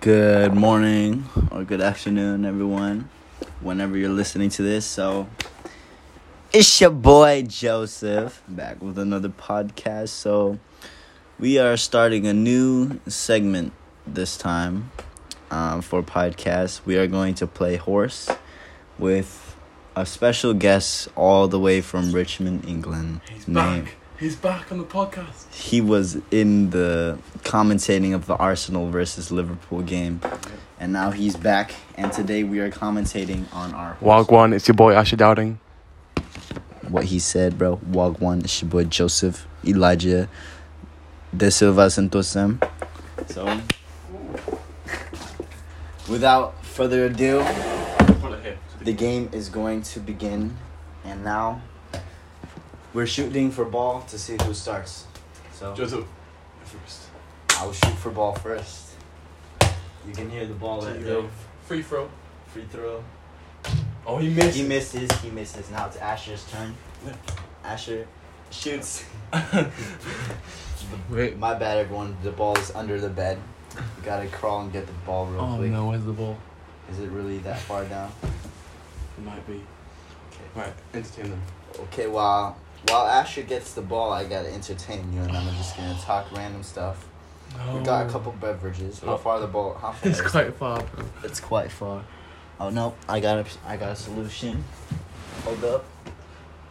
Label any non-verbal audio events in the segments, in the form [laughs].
Good morning or good afternoon, everyone, whenever you're listening to this. So, it's your boy Joseph back with another podcast. So, we are starting a new segment this time um, for podcast. We are going to play horse with a special guest all the way from Richmond, England. He's Name- back. He's back on the podcast. he was in the commentating of the Arsenal versus Liverpool game, and now he's back. And today we are commentating on our Wagwan, it's your boy Asher Dowding. what he said, bro. Wagwan, it's your boy Joseph Elijah De Silva Santosem. So, without further ado, the game is going to begin, and now we're shooting for ball to see who starts. So. Joseph, first. I'll shoot for ball first. You can hear the ball There right you there. go. Free throw. Free throw. Oh, he missed. He misses. He misses. Now it's Asher's turn. Yeah. Asher shoots. Wait. [laughs] My bad, everyone. The ball is under the bed. You gotta crawl and get the ball real Oh quick. no, where's the ball? Is it really that far down? It might be. Okay. Right, entertain them. Okay. While while Asher gets the ball, I gotta entertain you, and I'm just gonna talk random stuff. No. We got a couple beverages. How Oh. far the ball? How far? [laughs] It's is it? quite far, bro. It's quite far. Oh no, I got a, I got a solution. Hold up.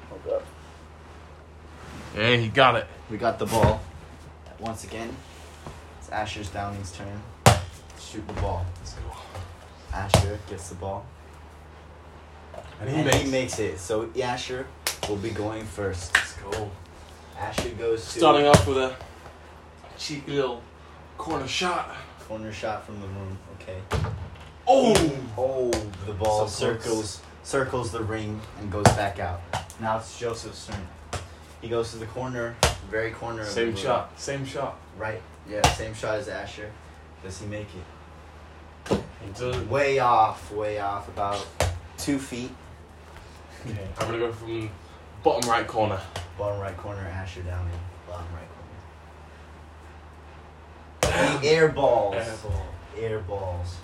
Hold up. Hey, he got it. We got the ball. Once again, it's Asher's Downing's turn. Shoot the ball. Let's go. Asher gets the ball. And he makes. it. So Asher will be going first. Let's go. Asher goes to Starting off with a cheeky little corner shot. corner shot from the room. Okay. Oh! Oh, the ball So close. circles circles the ring and goes back out. Now it's Joseph's turn. He goes to the corner, very corner. of the Same room. shot. Same shot. Right. Yeah, same shot as Asher. Does he make it? He does. Way off, way off, about two feet. Okay, I'm gonna go from bottom right corner. Bottom right corner, Asher down in bottom right corner. [laughs] And air balls. Air ball. Air balls.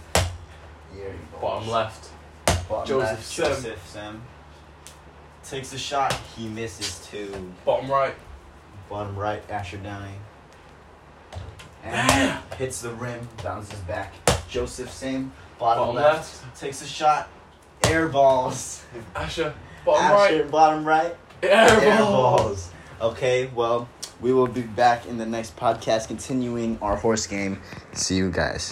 Air balls. Bottom left. Bottom Joseph left, Sem. Joseph Sem. Takes the shot. He misses two. Bottom right. Bottom right, Asher Downing. And Bam! hits the rim, bounces back. Joseph Sam, bottom, Bottom left, takes a shot, air balls. Asher. Bottom Asher, bottom right, right. Air, air balls. balls. Okay, well, we will be back in the next podcast continuing our horse game. See you guys.